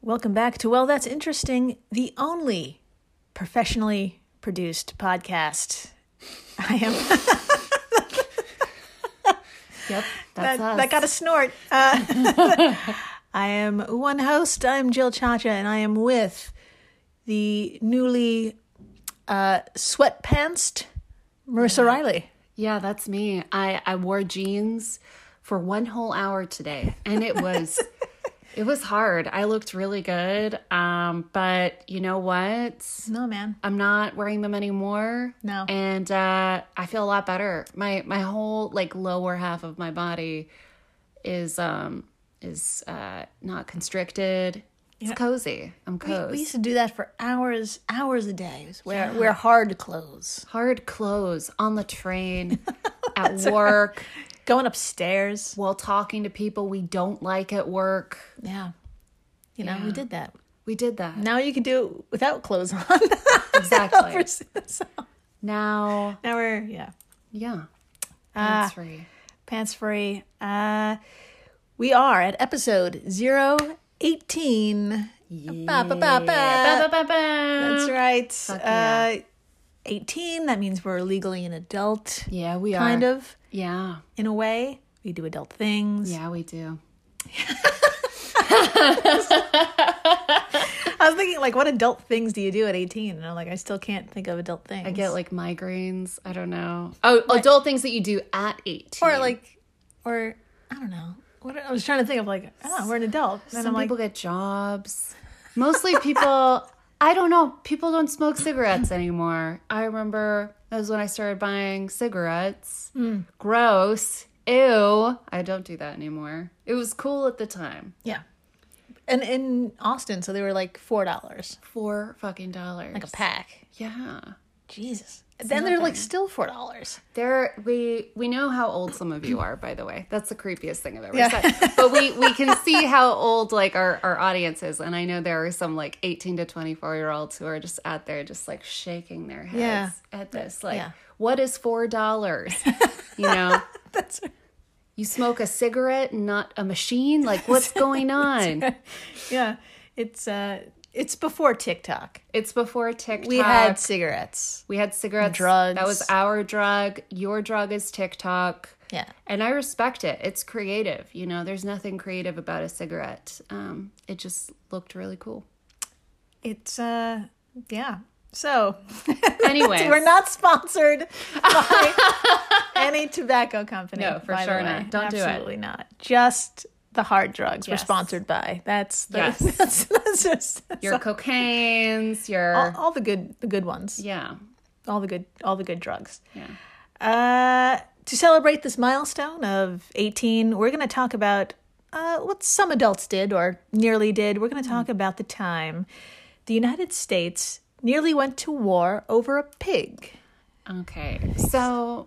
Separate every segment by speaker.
Speaker 1: Welcome back to Well, That's Interesting, the only professionally produced podcast. I am.
Speaker 2: Yep, that's
Speaker 1: that,
Speaker 2: us.
Speaker 1: that got a snort. Uh, I am one host. I'm Jill Chacha, and I am with the newly uh, sweatpantsed Marissa Riley.
Speaker 2: yeah, that's me. I I wore jeans for one whole hour today, and it was it was hard. I looked really good, um, but you know what?
Speaker 1: No, man.
Speaker 2: I'm not wearing them anymore.
Speaker 1: No.
Speaker 2: and uh, I feel a lot better. My my whole like lower half of my body is um is uh not constricted. It's cozy. I'm
Speaker 1: We,
Speaker 2: cozy.
Speaker 1: we used to do that for hours, hours a day. It was Wear, wear hard clothes.
Speaker 2: Hard clothes on the train, at work.
Speaker 1: Going upstairs.
Speaker 2: while talking to people we don't like at work.
Speaker 1: Yeah. You know, we did that.
Speaker 2: We did that.
Speaker 1: Now you can do it without clothes on.
Speaker 2: Exactly.
Speaker 1: so
Speaker 2: now,
Speaker 1: now we're, yeah.
Speaker 2: yeah.
Speaker 1: Ah.
Speaker 2: That's right.
Speaker 1: Pants free. Uh, we are at episode 018. Ba, ba, ba, ba.
Speaker 2: Ba, ba, ba, ba.
Speaker 1: That's right. Uh, 18, that means we're legally an adult,
Speaker 2: Yeah, we
Speaker 1: kind
Speaker 2: are.
Speaker 1: of,
Speaker 2: Yeah.
Speaker 1: in a way. We do adult things.
Speaker 2: Yeah, we do.
Speaker 1: I was thinking, like, what adult things do you do at 18? And I'm like, I still can't think of adult things.
Speaker 2: I get like migraines. I don't know. Oh, adult things that you do at 18.
Speaker 1: or like, or I don't know. What, I was trying to think of, like, oh, we're an adult. And
Speaker 2: some
Speaker 1: I'm like,
Speaker 2: people get jobs. Mostly people, I don't know, people don't smoke cigarettes anymore. I remember that was when I started buying cigarettes. Gross. Ew. I don't do that anymore. It was cool at the time.
Speaker 1: yeah. And in Austin, so they were like $4,
Speaker 2: Four fucking dollars.
Speaker 1: like a pack.
Speaker 2: yeah.
Speaker 1: Jesus. then they're like still four dollars.
Speaker 2: There we we know how old some of you are, by the way. That's the creepiest thing I've ever said. But we we can see how old like our, our audience is. And I know there are some like eighteen to twenty four year olds who are just out there just like shaking their heads
Speaker 1: Yeah.
Speaker 2: at this. Like,
Speaker 1: Yeah.
Speaker 2: what is four dollars? You know?
Speaker 1: That's right.
Speaker 2: You smoke a cigarette and not a machine? Like what's going on?
Speaker 1: yeah. It's uh it's before TikTok.
Speaker 2: It's before TikTok.
Speaker 1: We had cigarettes.
Speaker 2: we had cigarettes.
Speaker 1: drugs.
Speaker 2: That was our drug. Your drug is TikTok.
Speaker 1: Yeah.
Speaker 2: And I respect it. It's creative. You know, there's nothing creative about a cigarette. Um, it just looked really cool.
Speaker 1: It's uh yeah. So
Speaker 2: Anyway,
Speaker 1: we're not sponsored by any tobacco company.
Speaker 2: No, for
Speaker 1: by the
Speaker 2: sure
Speaker 1: way.
Speaker 2: not. Don't do it.
Speaker 1: Absolutely not. Just the hard drugs we're
Speaker 2: Yes.
Speaker 1: sponsored by. That's the,
Speaker 2: Yes.
Speaker 1: that's, that's just that's
Speaker 2: your cocaine's, your
Speaker 1: all, all the good the good ones.
Speaker 2: yeah,
Speaker 1: All the good all the good drugs.
Speaker 2: yeah,
Speaker 1: Uh, to celebrate this milestone of 18, we're going to talk about uh, what some adults did or nearly did. We're going to talk about the time the United States nearly went to war over a pig.
Speaker 2: okay. So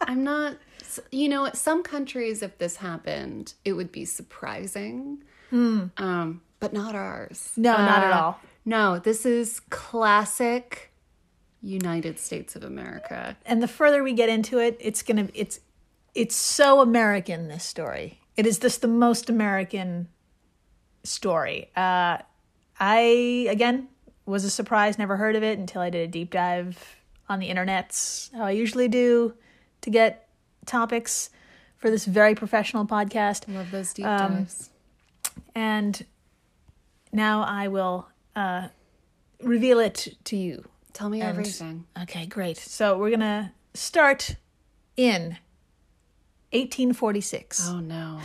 Speaker 2: I'm not. s- You know, what? some countries, if this happened, it would be surprising. Um, but not ours.
Speaker 1: No, Oh, not at all.
Speaker 2: No, this is classic United States of America.
Speaker 1: And the further we get into it, it's going to it's it's so American this story. It is just the most American story. Uh, I again was a surprise, never heard of it until I did a deep dive on the internets, how I usually do to get topics for this very professional podcast.
Speaker 2: Love those deep dives.
Speaker 1: And now I will uh, reveal it to you.
Speaker 2: Tell me everything.
Speaker 1: Okay, great. So we're gonna start in 1846.
Speaker 2: Oh no.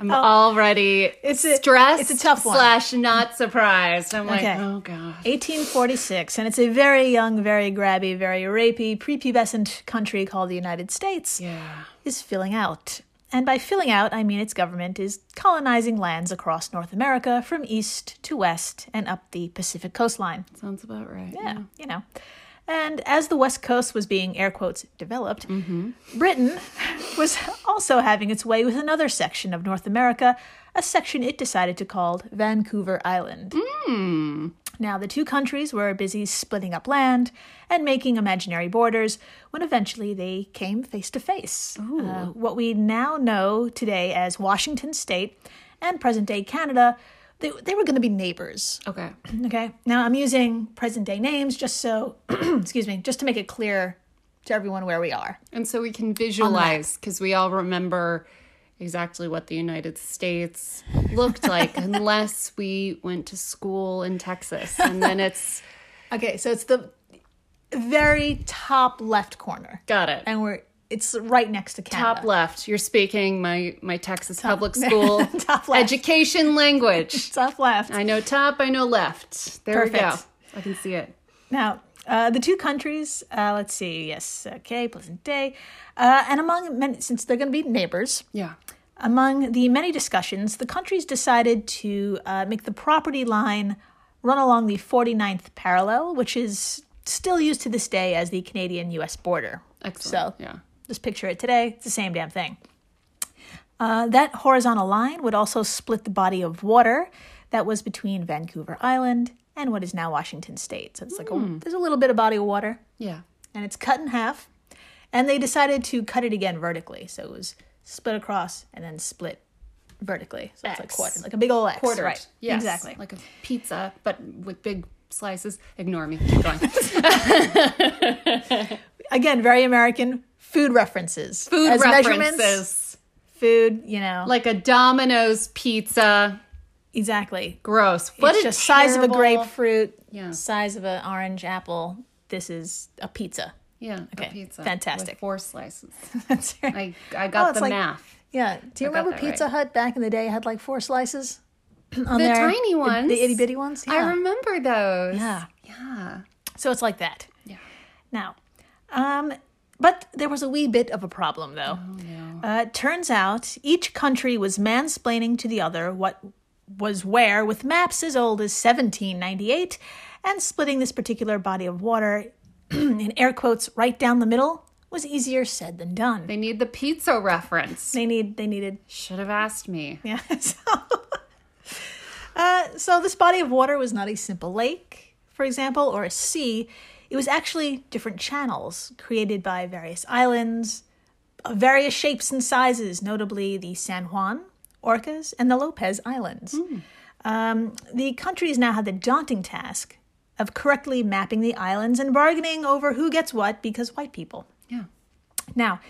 Speaker 2: I'm already
Speaker 1: It's
Speaker 2: it's
Speaker 1: a-
Speaker 2: stressed.
Speaker 1: it's a tough one.
Speaker 2: Slash not surprised. I'm
Speaker 1: Okay.
Speaker 2: like, oh god.
Speaker 1: 1846, and it's a very young, very grabby, very rapey, prepubescent country called the United States
Speaker 2: Yeah.
Speaker 1: is filling out. And by filling out, I mean its government is colonizing lands across North America from east to west and up the Pacific coastline.
Speaker 2: Sounds about right.
Speaker 1: yeah, you know. And as the West Coast was being air quotes developed, Britain was also having its way with another section of North America, a section it decided to call Vancouver Island. Now, the two countries were busy splitting up land and making imaginary borders when eventually they came face to face. Uh, What we now know today as Washington State and present day Canada They, they were going to be neighbors.
Speaker 2: Okay.
Speaker 1: Okay. Now I'm using present day names just so, excuse me, just to make it clear to everyone where we are.
Speaker 2: And so we can visualize because we all remember exactly what the United States looked like unless we went to school in Texas. And then it's
Speaker 1: Okay. So it's the very top left corner.
Speaker 2: got it.
Speaker 1: And we're, it's right next to
Speaker 2: Top
Speaker 1: Canada.
Speaker 2: left. You're speaking my my Texas public school
Speaker 1: Top left.
Speaker 2: education language.
Speaker 1: Top left.
Speaker 2: I know top, I know left. There we go.
Speaker 1: Perfect.
Speaker 2: I can see it.
Speaker 1: Now, uh, the two countries, uh, let's see, yes, okay, pleasant day. Uh, and among many, since they're going to be neighbors,
Speaker 2: Yeah.
Speaker 1: among the many discussions, the countries decided to uh, make the property line run along the 49th parallel, which is still used to this day as the Canadian US border.
Speaker 2: Excellent.
Speaker 1: So,
Speaker 2: yeah.
Speaker 1: just picture it today, it's the same damn thing. Uh, that horizontal line would also split the body of water that was between Vancouver Island and what is now Washington State. So it's like a, there's a little bit of body of water,
Speaker 2: Yeah.
Speaker 1: and it's cut in half. And they decided to cut it again vertically, so it was split across and then split vertically. So it's like
Speaker 2: X.
Speaker 1: quarter, like a big old X,
Speaker 2: Quartered.
Speaker 1: right?
Speaker 2: Yes.
Speaker 1: exactly.
Speaker 2: Like a pizza, but with big slices. Ignore me. Keep going.
Speaker 1: Again, very American food references,
Speaker 2: Food
Speaker 1: As
Speaker 2: references.
Speaker 1: measurements, food. You know,
Speaker 2: Like a Domino's pizza.
Speaker 1: exactly.
Speaker 2: Gross. What
Speaker 1: it's
Speaker 2: a
Speaker 1: just size of a
Speaker 2: terrible-
Speaker 1: grapefruit,
Speaker 2: Yeah.
Speaker 1: size of an orange apple. This is a pizza.
Speaker 2: Yeah.
Speaker 1: Okay,
Speaker 2: A pizza.
Speaker 1: fantastic.
Speaker 2: With four slices.
Speaker 1: That's right.
Speaker 2: I, I got
Speaker 1: it's
Speaker 2: the
Speaker 1: like-
Speaker 2: math.
Speaker 1: Yeah. Do you
Speaker 2: got
Speaker 1: remember
Speaker 2: that right.
Speaker 1: Pizza Hut back in the day had like four slices on
Speaker 2: The
Speaker 1: there?
Speaker 2: tiny ones.
Speaker 1: The, itty bitty ones? Yeah.
Speaker 2: I remember those.
Speaker 1: Yeah.
Speaker 2: Yeah.
Speaker 1: So it's like that.
Speaker 2: Yeah.
Speaker 1: Now, um, but there was a wee bit of a problem though.
Speaker 2: Oh.
Speaker 1: Uh, turns out each country was mansplaining to the other what was where with maps as old as 1798 and splitting this particular body of water in air quotes right down the middle was easier said than done.
Speaker 2: They need the pizza reference.
Speaker 1: They need they needed
Speaker 2: Should have asked me.
Speaker 1: Yeah. So, uh, so this body of water was not a simple lake, for example, or a sea. It was actually different channels created by various islands of various shapes and sizes, notably the San Juan, Orcas, and the Lopez Islands. Um, the countries now had the daunting task of correctly mapping the islands and bargaining over who gets what because white people.
Speaker 2: Yeah.
Speaker 1: Now,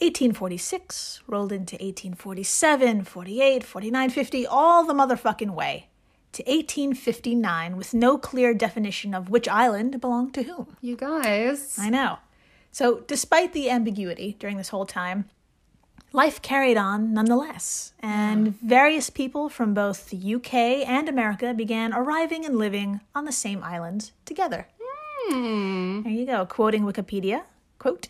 Speaker 1: 1846 rolled into 1847, 48, 49, 50, all the motherfucking way to 1859 with no clear definition of which island belonged to whom.
Speaker 2: You guys.
Speaker 1: I know. So, despite the ambiguity during this whole time, life carried on nonetheless, and various people from both the UK and America began arriving and living on the same islands together. There you go, quoting Wikipedia. Quote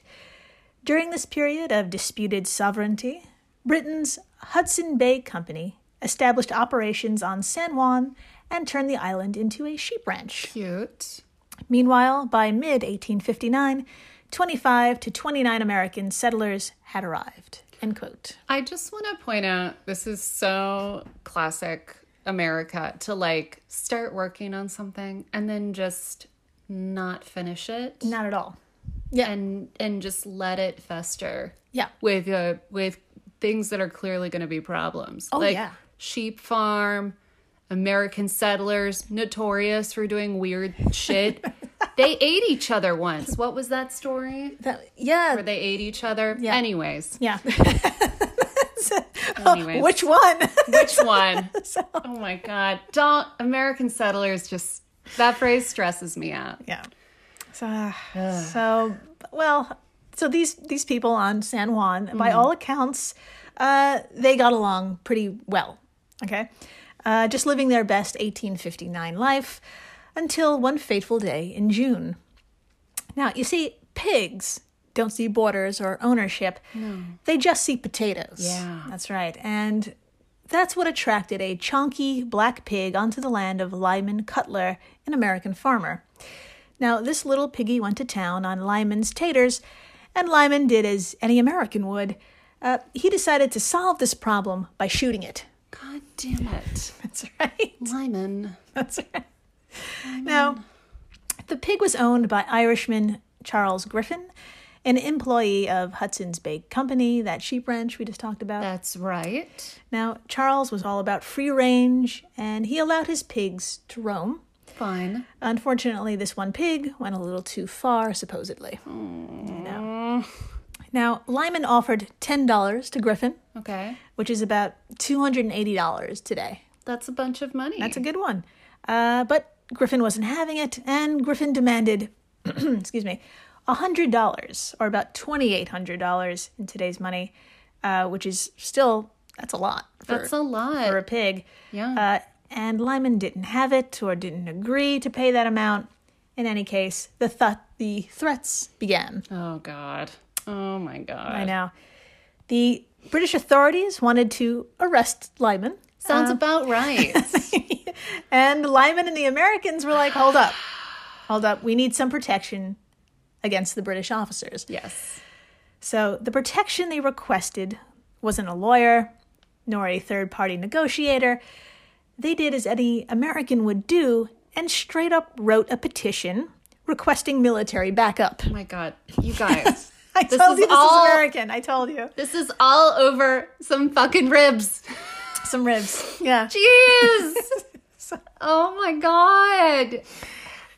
Speaker 1: During this period of disputed sovereignty, Britain's Hudson Bay Company established operations on San Juan and turned the island into a sheep ranch.
Speaker 2: Cute.
Speaker 1: Meanwhile, by mid 1859, 25 to 29 American settlers had arrived. End quote.
Speaker 2: I just want to point out this is so classic America to like start working on something and then just not finish it
Speaker 1: Not at all. Yeah.
Speaker 2: and and just let it fester.
Speaker 1: Yeah.
Speaker 2: With uh with things that are clearly going to be problems. Oh
Speaker 1: yeah.
Speaker 2: sheep farm, American settlers notorious for doing weird shit. they ate each other once. What was that story?
Speaker 1: That- yeah.
Speaker 2: They ate each other. Anyways,
Speaker 1: yeah.
Speaker 2: anyways.
Speaker 1: Which one?
Speaker 2: Which one? Oh my god. Don't American settlers just that phrase stresses me out.
Speaker 1: yeah. So, so well, so these these people on San Juan, by all accounts, uh, they got along pretty well. Okay, uh, just living their best 1859 life until one fateful day in June. Now you see, pigs don't see borders or ownership; they just see potatoes.
Speaker 2: Yeah.
Speaker 1: that's right, and. That's what attracted a chunky black pig onto the land of Lyman Cutler, an American farmer. Now, this little piggy went to town on Lyman's taters, and Lyman did as any American would. Uh, he decided to solve this problem by shooting it.
Speaker 2: God damn it.
Speaker 1: That's right.
Speaker 2: Lyman.
Speaker 1: That's right. Now, the pig was owned by Irishman Charles Griffin an employee of Hudson's Bay Company, that sheep ranch we just talked about.
Speaker 2: That's right.
Speaker 1: Now, Charles was all about free range, and he allowed his pigs to roam.
Speaker 2: Fine.
Speaker 1: Unfortunately, this one pig went a little too far, supposedly. No. Now, Lyman offered $10 to Griffin,
Speaker 2: Okay.
Speaker 1: which is about $280 today.
Speaker 2: That's a bunch of money.
Speaker 1: That's a good one. Uh, but Griffin wasn't having it, and Griffin demanded, excuse me, $100, or about $2,800 in today's money, uh, which is still, that's a lot. For,
Speaker 2: That's a lot.
Speaker 1: For a pig.
Speaker 2: Yeah.
Speaker 1: Uh, and Lyman didn't have it or didn't agree to pay that amount. In any case, the, th- the threats began.
Speaker 2: oh God. Oh my God.
Speaker 1: I know. The British authorities wanted to arrest Lyman.
Speaker 2: Sounds about right.
Speaker 1: and Lyman and the Americans were like, hold up, hold up, we need some protection against the British officers.
Speaker 2: yes.
Speaker 1: So the protection they requested wasn't a lawyer nor a third party negotiator. They did as any American would do and straight up wrote a petition requesting military backup.
Speaker 2: Oh my God. You guys.
Speaker 1: I
Speaker 2: This
Speaker 1: told
Speaker 2: is
Speaker 1: you this
Speaker 2: all-
Speaker 1: is American. I told you.
Speaker 2: this is all over some fucking ribs.
Speaker 1: Some ribs. Yeah.
Speaker 2: Jeez. oh my God.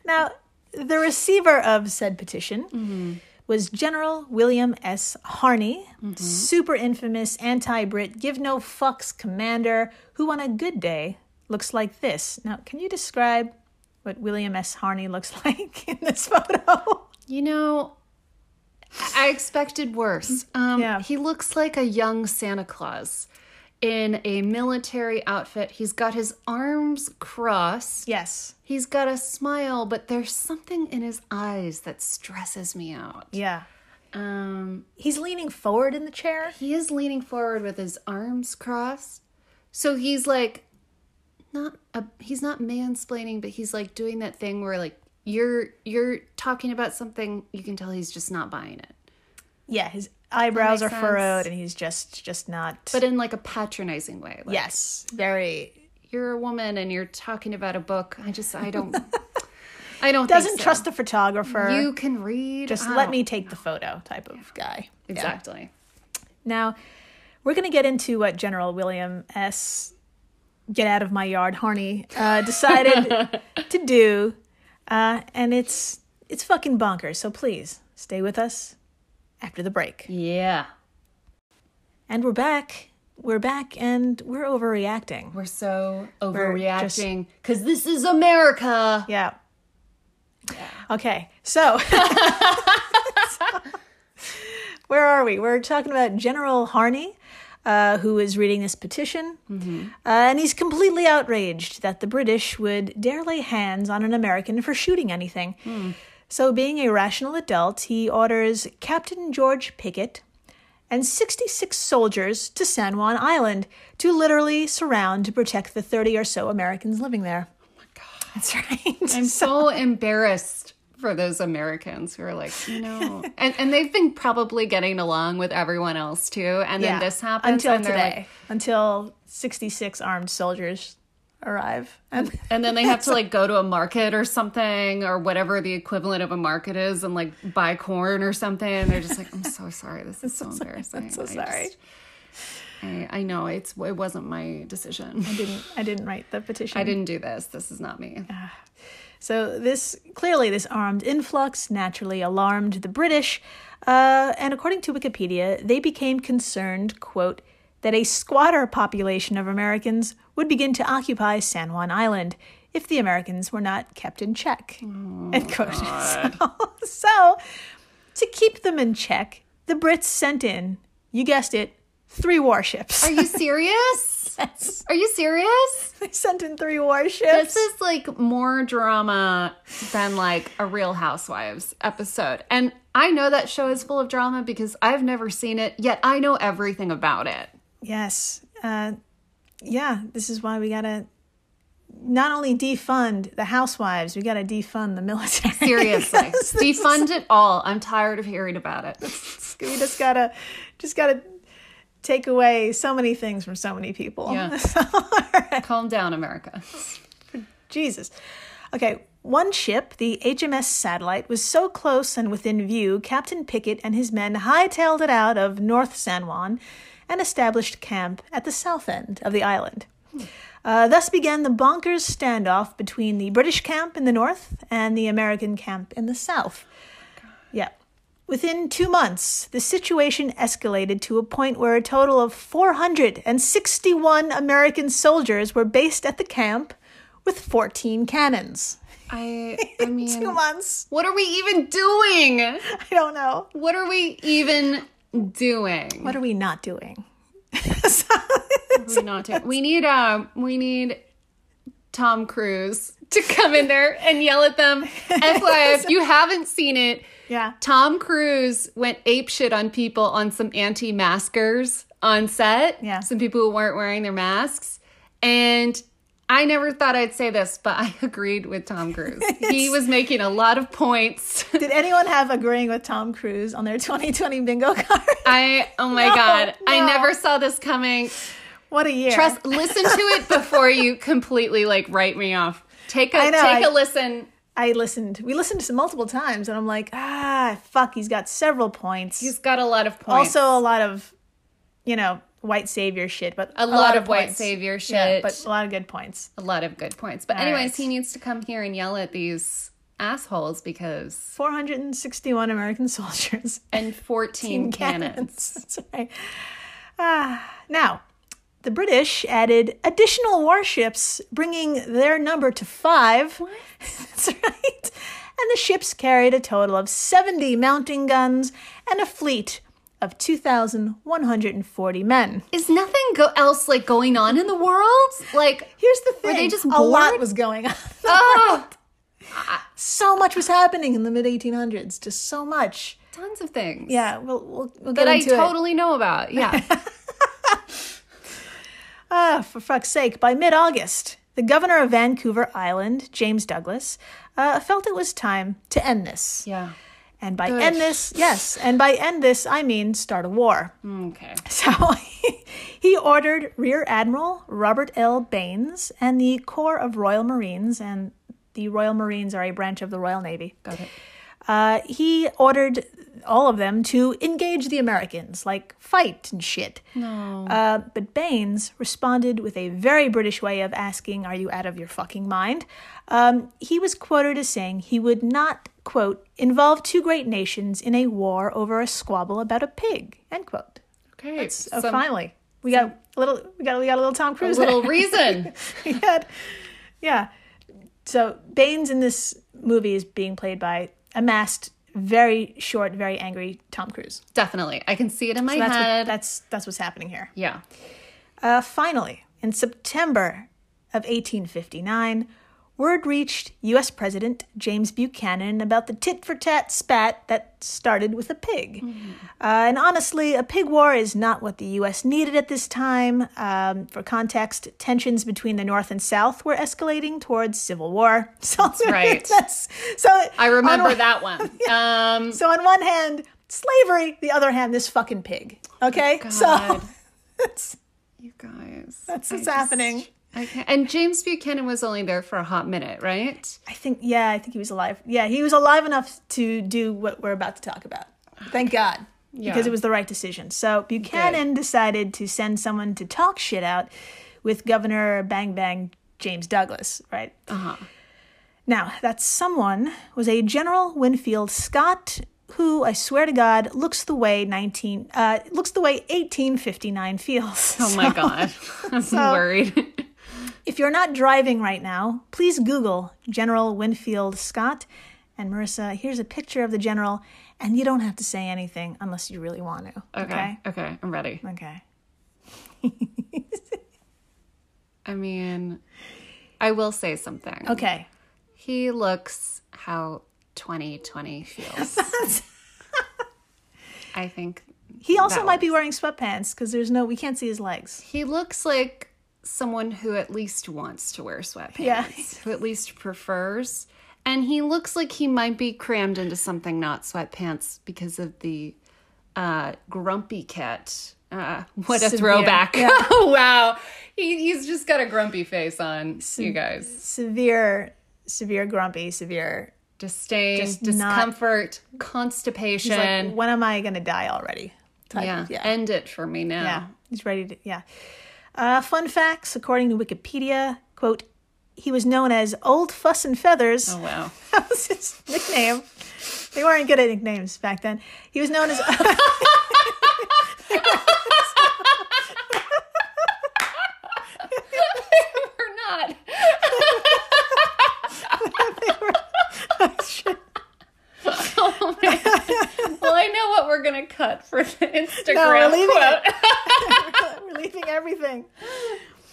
Speaker 1: Now, the receiver of said petition
Speaker 2: Mm-hmm.
Speaker 1: was General William S. Harney,
Speaker 2: Mm-hmm.
Speaker 1: super infamous anti Brit, give no fucks commander, who on a good day looks like this. Now, can you describe what William S. Harney looks like in this photo?
Speaker 2: You know, I expected worse. Um,
Speaker 1: Yeah.
Speaker 2: He looks like a young Santa Claus in a military outfit. He's got his arms crossed.
Speaker 1: yes.
Speaker 2: He's got a smile, but there's something in his eyes that stresses me out.
Speaker 1: Yeah.
Speaker 2: Um,
Speaker 1: He's leaning forward in the chair.
Speaker 2: he is leaning forward with his arms crossed. So he's like not a, he's not mansplaining, but he's like doing that thing where like you're you're talking about something, you can tell he's just not buying it.
Speaker 1: Yeah, his eyebrows are
Speaker 2: makes
Speaker 1: furrowed
Speaker 2: sense.
Speaker 1: and he's just just not
Speaker 2: but in like a patronizing way. Like,
Speaker 1: Yes, very
Speaker 2: you're a woman and you're talking about a book. I just I don't I don't
Speaker 1: doesn't
Speaker 2: think so.
Speaker 1: trust the photographer.
Speaker 2: you can read.
Speaker 1: just
Speaker 2: I
Speaker 1: let
Speaker 2: don't-
Speaker 1: me take the photo type of guy. Yeah.
Speaker 2: Oh. exactly.
Speaker 1: Now, we're going to get into what General William S. Get out of my yard, Harney uh, decided to do, uh, and it's it's fucking bonkers. So please stay with us after the break.
Speaker 2: Yeah.
Speaker 1: And we're back. We're back, and we're overreacting.
Speaker 2: We're so
Speaker 1: just-
Speaker 2: overreacting because this is America.
Speaker 1: Yeah. Okay, so where are we? We're talking about General Harney, uh, who is reading this petition, uh, and he's completely outraged that the British would dare lay hands on an American for shooting anything. So, being a rational adult, he orders Captain George Pickett and 66 soldiers to San Juan Island to literally surround to protect the 30 or so Americans living there. That's right.
Speaker 2: I'm so embarrassed for those Americans who are like, you know, and, and they've been probably getting along with everyone else too. And then this happens
Speaker 1: until
Speaker 2: and they're
Speaker 1: today.
Speaker 2: like,
Speaker 1: until 66 armed soldiers arrive. And
Speaker 2: And then they have to like go to a market or something or whatever the equivalent of a market is and like buy corn or something. And they're just like, I'm so sorry. This is so embarrassing. I'm
Speaker 1: so sorry.
Speaker 2: I, I know it's it wasn't my decision.
Speaker 1: I didn't I didn't write the petition.
Speaker 2: I didn't do this. This is not me.
Speaker 1: So this clearly this armed influx naturally alarmed the British, uh, and according to Wikipedia, they became concerned, quote, that a squatter population of Americans would begin to occupy San Juan Island if the Americans were not kept in check. end quote. So, so to keep them in check, the Brits sent in, you guessed it, three warships.
Speaker 2: Are you serious? Are you serious?
Speaker 1: they sent in three warships.
Speaker 2: This is like more drama than like a Real Housewives episode. And I know that show is full of drama because I've never seen it, yet I know everything about it.
Speaker 1: Yes. Uh, yeah, this is why we got to not only defund the housewives, we got to defund the military.
Speaker 2: Seriously, defund it all. I'm tired of hearing about it.
Speaker 1: we just got to just got to take away so many things from so many people.
Speaker 2: Yeah. Calm down, America.
Speaker 1: Jesus. Okay, one ship, the HMS Satellite, was so close and within view, Captain Pickett and his men hightailed it out of North San Juan and established camp at the south end of the island. Uh, thus began the bonkers standoff between the British camp in the north and the American camp in the south. Yeah. Within two months, the situation escalated to a point where a total of 461 American soldiers were based at the camp with 14 cannons.
Speaker 2: I I mean
Speaker 1: Two months.
Speaker 2: what are we even doing?
Speaker 1: I don't know.
Speaker 2: What are we even doing?
Speaker 1: What are we not doing?
Speaker 2: We're not doing- We need um we need Tom Cruise to come in there and yell at them. FYI, if you haven't seen it,
Speaker 1: Yeah.
Speaker 2: Tom Cruise went apeshit on people on some anti-maskers on set.
Speaker 1: Yeah.
Speaker 2: Some people who weren't wearing their masks. And I never thought I'd say this, but I agreed with Tom Cruise. he was making a lot of points.
Speaker 1: Did anyone have agreeing with Tom Cruise on their 2020 bingo card?
Speaker 2: I oh my
Speaker 1: No,
Speaker 2: god. I
Speaker 1: no.
Speaker 2: never saw this coming.
Speaker 1: what a year.
Speaker 2: Press listen to it before you completely like write me off. Take a
Speaker 1: I know,
Speaker 2: take a
Speaker 1: I-
Speaker 2: listen.
Speaker 1: I listened. We listened to multiple times, and I'm like, ah, fuck, he's got several points.
Speaker 2: He's got a lot of points.
Speaker 1: also a lot of, you know, white savior shit, but
Speaker 2: a, lot, of white
Speaker 1: points.
Speaker 2: savior shit.
Speaker 1: Yeah, but a lot of good points.
Speaker 2: a lot of good points. But
Speaker 1: All
Speaker 2: anyways,
Speaker 1: right.
Speaker 2: he needs to come here and yell at these assholes because
Speaker 1: 461 American soldiers
Speaker 2: and 14 cannons.
Speaker 1: That's right. Ah, now, the British added additional warships, bringing their number to five. That's right. And the ships carried a total of 70 mounting guns and a fleet of 2,140 men.
Speaker 2: Is nothing go- else like going on in the world? Like
Speaker 1: Here's the thing
Speaker 2: Were they just
Speaker 1: a lot
Speaker 2: bored?
Speaker 1: was going on.
Speaker 2: oh,
Speaker 1: so much was happening in the mid 1800s, just so much.
Speaker 2: tons of things.
Speaker 1: Yeah, we'll, we'll, we'll get
Speaker 2: That I
Speaker 1: into it.
Speaker 2: totally know about. Yeah.
Speaker 1: Ah, for fuck's sake, by mid August, the governor of Vancouver Island, James Douglas, uh, felt it was time to end this.
Speaker 2: yeah.
Speaker 1: And by
Speaker 2: Good.
Speaker 1: end this, yes, and by end this, I mean start a war.
Speaker 2: Mm, Okay.
Speaker 1: So he ordered Rear Admiral Robert L. Baines and the Corps of Royal Marines, and the Royal Marines are a branch of the Royal Navy.
Speaker 2: Got it.
Speaker 1: Uh, he ordered all of them to engage the Americans, like fight and shit.
Speaker 2: No.
Speaker 1: Uh, but Baines responded with a very British way of asking, Are you out of your fucking mind? Um, he was quoted as saying he would not, quote, involve two great nations in a war over a squabble about a pig, end quote.
Speaker 2: Okay.
Speaker 1: So
Speaker 2: Some-
Speaker 1: finally, we got a little, we got, we got a little Tom
Speaker 2: a
Speaker 1: Cruise.
Speaker 2: little
Speaker 1: there.
Speaker 2: reason.
Speaker 1: We had- yeah. So Baines in this movie is being played by a masked, very short, very angry Tom Cruise.
Speaker 2: Definitely. I can see it in my
Speaker 1: So that's, what,
Speaker 2: head.
Speaker 1: that's, that's what's happening here.
Speaker 2: yeah.
Speaker 1: Uh, finally, in September of 1859, word reached U.S. President James Buchanan about the tit for tat spat that started with a pig.
Speaker 2: Mm-hmm.
Speaker 1: Uh, and honestly, a pig war is not what the U.S. needed at this time. Um, for context, tensions between the North and South were escalating towards civil war. So
Speaker 2: right.
Speaker 1: that's- so
Speaker 2: I remember
Speaker 1: on,
Speaker 2: that one. Um
Speaker 1: So on one hand, slavery. The other hand, this fucking pig. Okay, so
Speaker 2: Oh God.
Speaker 1: it's-
Speaker 2: You guys.
Speaker 1: That's
Speaker 2: I
Speaker 1: what's
Speaker 2: just-
Speaker 1: happening.
Speaker 2: I can't- And James Buchanan was only there for a hot minute, right?
Speaker 1: I think yeah, I think he was alive. Yeah, he was alive enough to do what we're about to talk about. Thank God. Because
Speaker 2: Yeah.
Speaker 1: it was the right decision. So Buchanan decided to send someone to talk shit out with Governor Bang Bang James Douglas, right?
Speaker 2: Uh-huh.
Speaker 1: Now, that someone was a General Winfield Scott who I swear to God looks the way 19 uh, looks the way 1859 feels.
Speaker 2: Oh my god. I'm worried.
Speaker 1: If you're not driving right now, please Google General Winfield Scott. And Marissa, here's a picture of the general, and you don't have to say anything unless you really want to.
Speaker 2: Okay. Okay, I'm ready.
Speaker 1: Okay. Okay.
Speaker 2: I mean, I will say something.
Speaker 1: Okay.
Speaker 2: He looks how 2020 feels. I think
Speaker 1: He also
Speaker 2: That
Speaker 1: might be wearing sweatpants because there's no, we can't see his legs.
Speaker 2: he looks like someone who at least wants to wear sweatpants,
Speaker 1: Yeah.
Speaker 2: who at least prefers. And he looks like he might be crammed into something not sweatpants because of the uh, grumpy cat. Uh, what a
Speaker 1: Severe.
Speaker 2: throwback. wow. He, he's just got a grumpy face on, you guys.
Speaker 1: Severe severe grumpy, severe.
Speaker 2: disdain,
Speaker 1: Just not-
Speaker 2: discomfort,
Speaker 1: He's
Speaker 2: constipation.
Speaker 1: like, when am I going to die already? Type.
Speaker 2: yeah.
Speaker 1: yeah.
Speaker 2: end it for me now.
Speaker 1: Yeah, he's ready to. Yeah. Uh, fun facts, according to Wikipedia, quote, he was known as Old Fuss and Feathers.
Speaker 2: Oh wow,
Speaker 1: That was his nickname. They weren't good at nicknames back then. He was known as.
Speaker 2: we're not. oh my God. Well, I know what we're gonna cut for the Instagram
Speaker 1: No, we're leaving
Speaker 2: quote.
Speaker 1: We're leaving everything.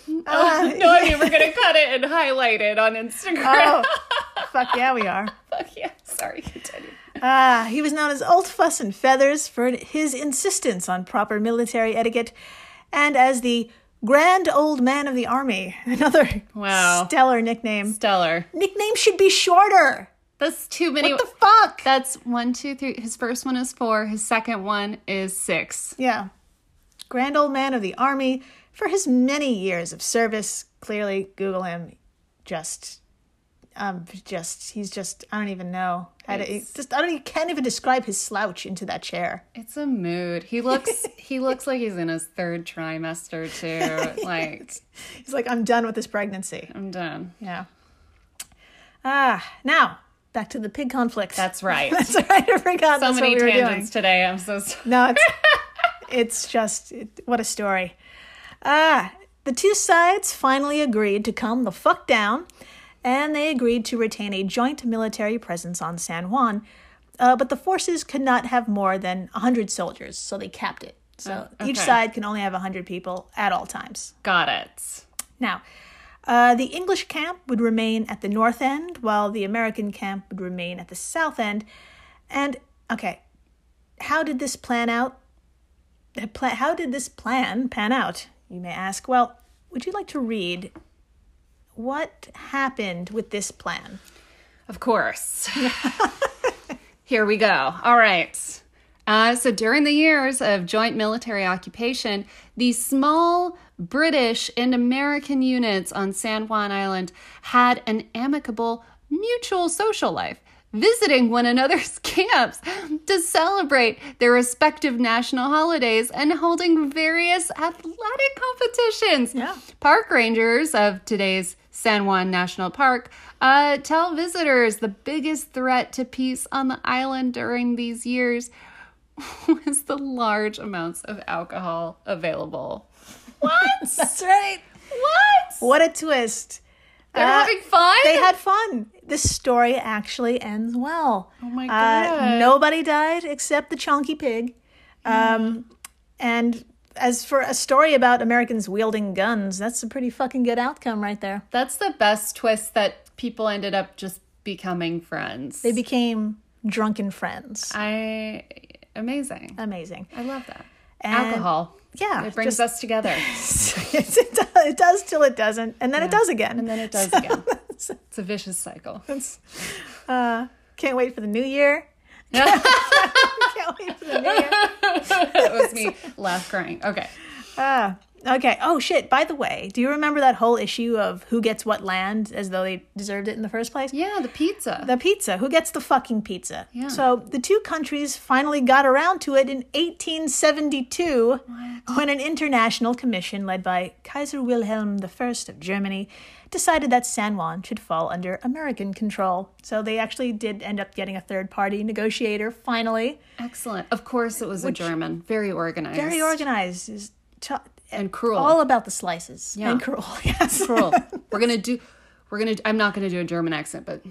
Speaker 2: no, I mean we're gonna cut it and highlight it on Instagram.
Speaker 1: Oh, fuck yeah, we are.
Speaker 2: Fuck yeah. Sorry, continue.
Speaker 1: Ah, he was known as Old Fuss and Feathers for his insistence on proper military etiquette and as the Grand Old Man of the Army. Another
Speaker 2: Wow.
Speaker 1: stellar nickname.
Speaker 2: Stellar.
Speaker 1: Nicknames should be shorter.
Speaker 2: That's too many.
Speaker 1: What the fuck?
Speaker 2: That's one, two, three. His first one is four. His second one is six.
Speaker 1: Yeah. Grand old man of the army for his many years of service. Clearly, Google him. Just, um, just he's just. I don't even know. I don't,
Speaker 2: It's-
Speaker 1: just I don't. You can't even describe his slouch into that chair.
Speaker 2: It's a mood. He looks. he looks like he's in his third trimester too. Like
Speaker 1: He's like, I'm done with this pregnancy.
Speaker 2: I'm done.
Speaker 1: Yeah. Ah, now back to the pig conflict.
Speaker 2: That's right.
Speaker 1: that's right. I forgot
Speaker 2: so
Speaker 1: that's
Speaker 2: many
Speaker 1: what we were doing.
Speaker 2: tangents today. I'm so sorry.
Speaker 1: No, it's it's just it, what a story. Ah, the two sides finally agreed to calm the fuck down, and they agreed to retain a joint military presence on San Juan. Uh, but the forces could not have more than hundred soldiers, so they capped it. So each
Speaker 2: okay.
Speaker 1: side can only have hundred people at all times.
Speaker 2: Got it.
Speaker 1: Now, uh, the English camp would remain at the north end, while the American camp would remain at the south end. And okay, how did this plan out? the pla- How did this plan pan out? You may ask. Well, would you like to read what happened with this plan?
Speaker 2: Of course. Here we go. All right. Uh, so during the years of joint military occupation, the small British and American units on San Juan Island had an amicable mutual social life, visiting one another's camps to celebrate their respective national holidays and holding various athletic competitions.
Speaker 1: Yeah.
Speaker 2: Park rangers of today's San Juan National Park uh, tell visitors the biggest threat to peace on the island during these years was the large amounts of alcohol available. What?
Speaker 1: That's right.
Speaker 2: what?
Speaker 1: What a twist!
Speaker 2: They're
Speaker 1: Uh,
Speaker 2: having fun?
Speaker 1: They had fun. This story actually ends well. Oh
Speaker 2: my
Speaker 1: Uh,
Speaker 2: God.
Speaker 1: nobody died except the chonky pig. Um, And as for a story about Americans wielding guns, that's a pretty fucking good outcome right there.
Speaker 2: That's the best twist that people ended up just becoming friends.
Speaker 1: They became drunken friends.
Speaker 2: I amazing.
Speaker 1: Amazing.
Speaker 2: I love that.
Speaker 1: And-
Speaker 2: alcohol.
Speaker 1: Yeah,
Speaker 2: It brings us together.
Speaker 1: It's- it, does, it does till it doesn't, and then it does again.
Speaker 2: And then it does again. It's a vicious cycle.
Speaker 1: Uh, can't wait for the new year. can't wait for the new year.
Speaker 2: that was me laugh crying. Okay.
Speaker 1: Ah, okay. Oh shit. By the way, do you remember that whole issue of who gets what land as though they deserved it in the first place?
Speaker 2: Yeah, the pizza.
Speaker 1: The pizza. Who gets the fucking pizza?
Speaker 2: Yeah.
Speaker 1: So the two countries finally got around to it in 1872 when an international commission led by Kaiser Wilhelm I of Germany decided that San Juan should fall under American control. So they actually did end up getting a third party negotiator finally.
Speaker 2: Excellent. Of course, it was a German. Very organized.
Speaker 1: Very organized. Is t-
Speaker 2: and cruel.
Speaker 1: all about the slices
Speaker 2: Yeah.
Speaker 1: and cruel. Yes.
Speaker 2: cruel. We're gonna do. We're gonna. I'm not gonna do a German accent, but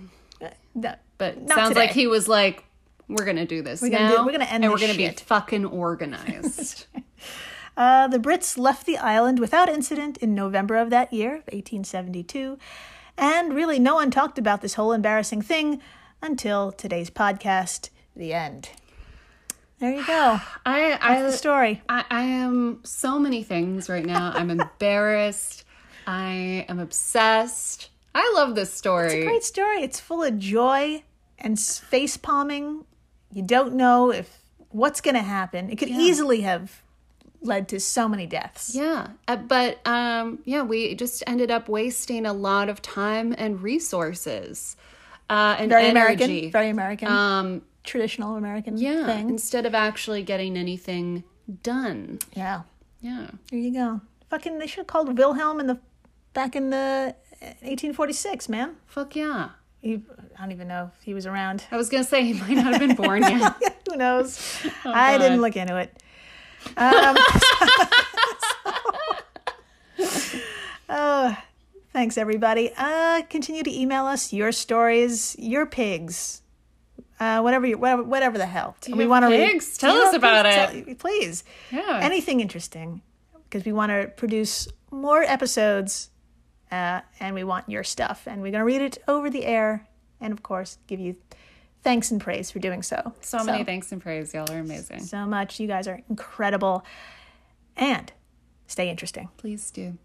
Speaker 1: No,
Speaker 2: but
Speaker 1: Not
Speaker 2: sounds like
Speaker 1: today.
Speaker 2: he was like, "We're gonna do this
Speaker 1: gonna do-
Speaker 2: now.
Speaker 1: we're gonna end
Speaker 2: and we're
Speaker 1: this
Speaker 2: gonna
Speaker 1: shit."
Speaker 2: be fucking organized."
Speaker 1: Uh, the Brits left the island without incident in November of that year, 1872, and really no one talked about this whole embarrassing thing until today's podcast, The End. There you go.
Speaker 2: I I,
Speaker 1: The story.
Speaker 2: I I am so many things right now. I'm embarrassed. I am obsessed. I love this story.
Speaker 1: Great story. It's full of joy and face palming. You don't know if what's going to happen. It could easily have led to so many deaths.
Speaker 2: Yeah, uh, but um, yeah, we just ended up wasting a lot of time and resources uh, and
Speaker 1: Very
Speaker 2: energy.
Speaker 1: American. Very American.
Speaker 2: um,
Speaker 1: traditional American
Speaker 2: yeah,
Speaker 1: thing.
Speaker 2: instead of actually getting anything done.
Speaker 1: Yeah.
Speaker 2: Yeah,
Speaker 1: There you go. Fucking, they should have called Wilhelm in the back in the 1846, man.
Speaker 2: fuck yeah.
Speaker 1: He, I don't even know if he was around.
Speaker 2: I was gonna say he might not have been born yet.
Speaker 1: Who knows? I didn't
Speaker 2: Oh, God.
Speaker 1: look into it. Um, oh, thanks, everybody. Uh, continue to email us your stories, your pigs, uh, whatever, you, whatever, whatever the hell.
Speaker 2: you
Speaker 1: we
Speaker 2: have
Speaker 1: want to
Speaker 2: pigs? Tell us about
Speaker 1: please.
Speaker 2: Yeah.
Speaker 1: Anything interesting, because we want to produce more episodes, uh, and we want your stuff, and we're going to read it over the air, and of course, give you thanks and praise for doing so.
Speaker 2: So, many thanks and praise. Y'all are amazing.
Speaker 1: so much. You guys are incredible. And stay interesting.
Speaker 2: Please do.